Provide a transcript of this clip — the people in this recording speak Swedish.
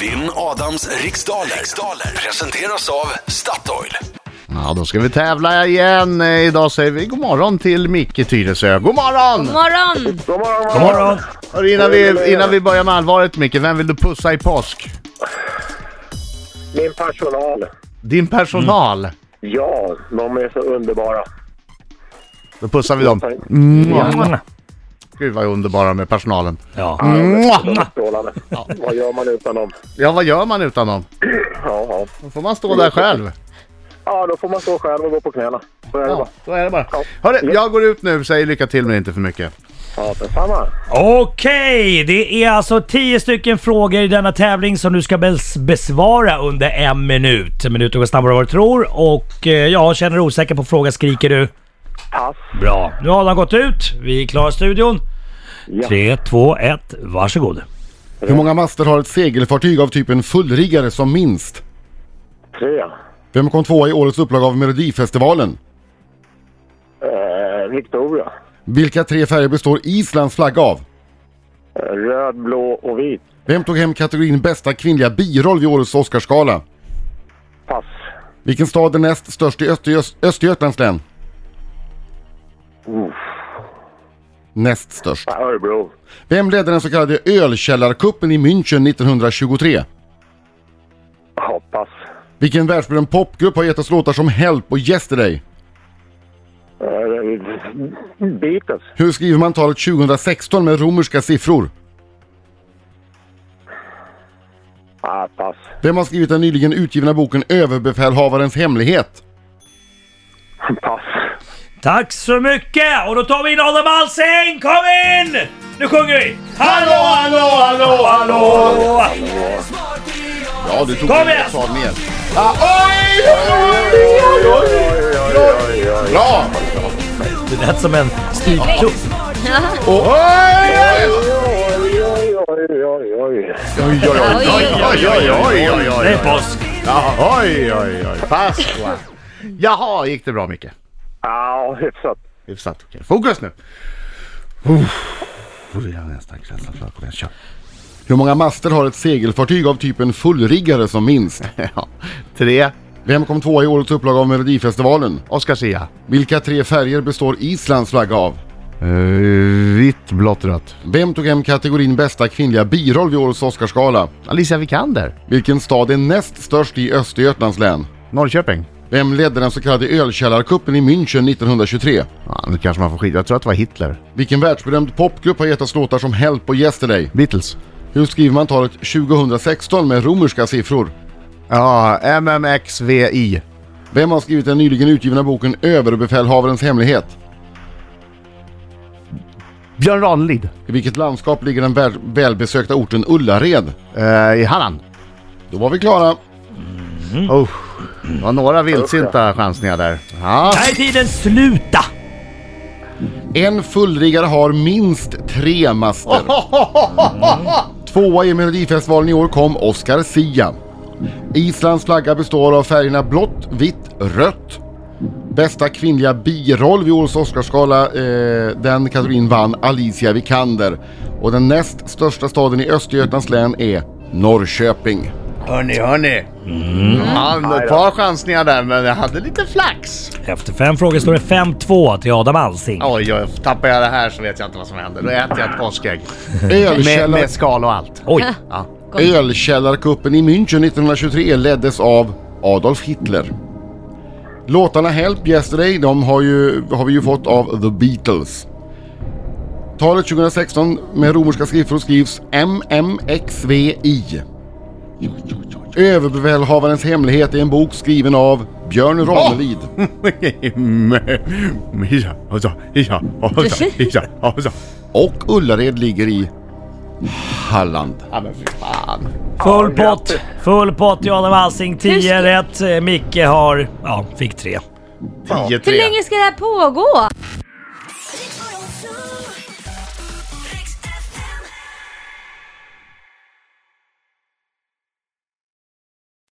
Vinn Adams riksdaler. riksdaler. Presenteras av Statoil. Ja, då ska vi tävla igen. Eh, Idag säger vi god morgon till Micke Tyresö. God morgon! God morgon! God morgon, God morgon! Hörru, Innan vi, innan vi börjar med allvaret Micke, vem vill du pussa i påsk? Min personal. Din personal. Mm. Ja, de är så underbara. Då pussar vi dem. Mm. Tack. Gud vad underbara med personalen. Ja. De är Mwah! strålande. Vad gör man utan dem? Ja, vad gör man utan dem? Ja, ja. Då får man stå där själv. ja, då får man stå själv och gå på knäna. Så är det Ja, bara. så är det bara. Ja. Hörru, jag går ut nu. Säg lycka till men inte för mycket. Ja, detsamma. Okej, det är alltså 10 stycken frågor i denna tävling som du ska bes- besvara under en minut. En minut går snabbare än vad du tror och eh, ja, känner du osäker på frågan skriker du. Pass. Bra. Nu har den gått ut. Vi är klara studion. Ja. 3, 2, 1, varsågod. Hur många master har ett segelfartyg av typen fullriggare som minst? Tre. Vem kom tvåa i årets upplaga av Melodifestivalen? Eh, Victoria. Vilka tre färger består Islands flagga av? Eh, Röd, blå och vit. Vem tog hem kategorin bästa kvinnliga biroll vid årets Oscarsgala? Pass. Vilken stad är näst störst i Östergöt- Östergötlands län? Näst störst. Ja, Örebro. Vem ledde den så kallade ölkällarkuppen i München 1923? Ja, pass. Vilken världsberömd popgrupp har gett oss låtar som Help och Yesterday? Eh, Beatles. Hur skriver man talet 2016 med romerska siffror? Ja, pass. Vem har skrivit den nyligen utgivna boken Överbefälhavarens hemlighet? Pass. Tack så mycket! Och då tar vi in Adam Alsing! Kom in! Nu sjunger vi! Hallå, hallå, hallå, hallå! Ja, du tog Kom igen! ett svar ner. Ah, oj, oj, oj, oj, oj, oj. Bra! Det lät som en styrklubb. Och, oj, Oj, oj, oj, oj, oj. Oj, oj, oj, oj, oj, oj, oj, oj, Det oj. är påsk. Ja, Oj, oj, oj. Pass. va. Jaha, gick det bra Micke? Ja, hyfsat. Hyfsat. Okej, fokus nu. Uff. Oj, jag har nästan känslan för att jag kör. Hur många master har ett segelfartyg av typen fullriggare som minst? Ja. Tre. Vem kom tvåa i årets upplaga av Melodifestivalen? Oscar Sia. Vilka tre färger består Islands flagga av? Uh, vitt, blått, rött. Vem tog hem kategorin bästa kvinnliga biroll vid årets Oscarsgala? Alicia Vikander. Vilken stad är näst störst i Östergötlands län? Norrköping. Vem ledde den så kallade ölkällarkuppen i München 1923? Ja, nu kanske man får skit. Jag tror att det var Hitler. Vilken världsberömd popgrupp har gett oss låtar som Help och Yesterday? Beatles. Hur skriver man talet 2016 med romerska siffror? Ja, MMXVI. Vem har skrivit den nyligen utgivna boken Överbefälhavarens hemlighet? Björn Ranelid. I vilket landskap ligger den väl- välbesökta orten Ullared? Eh, I Halland. Då var vi klara. Oh, det var några vildsinta chansningar där. Ja. Där är tiden sluta! En fullriggare har minst tre master. Tvåa i Melodifestivalen i år kom Oscar Sia. Islands flagga består av färgerna blått, vitt, rött. Bästa kvinnliga biroll vid årets Oscarsgala, eh, den kategorin vann Alicia Vikander. Och den näst största staden i Östergötlands län är Mm. Norrköping. Hörni, hörni. Mm. Ja, ett par chansningar där, men jag hade lite flax. Efter fem frågor står det 5-2 till Adam Alsing. Oj, oj, tappar jag det här så vet jag inte vad som händer. Då äter jag ett påskägg. Med, Ölkällar, med skal och allt. Oj! Ja. ölkällarkuppen i München 1923 leddes av Adolf Hitler. Låtarna Help Yesterday, de har, ju, har vi ju fått av The Beatles. Talet 2016 med romerska siffror skrivs MMXVI. Överbefälhavarens hemlighet är en bok skriven av Björn Ranelid. Och Ullared ligger i Halland. Ja, men fy fan. Full pott! Full pott till Adam Alsing. 10 rätt. Eh, Micke har... Ja, fick 3. Hur länge ska det här pågå?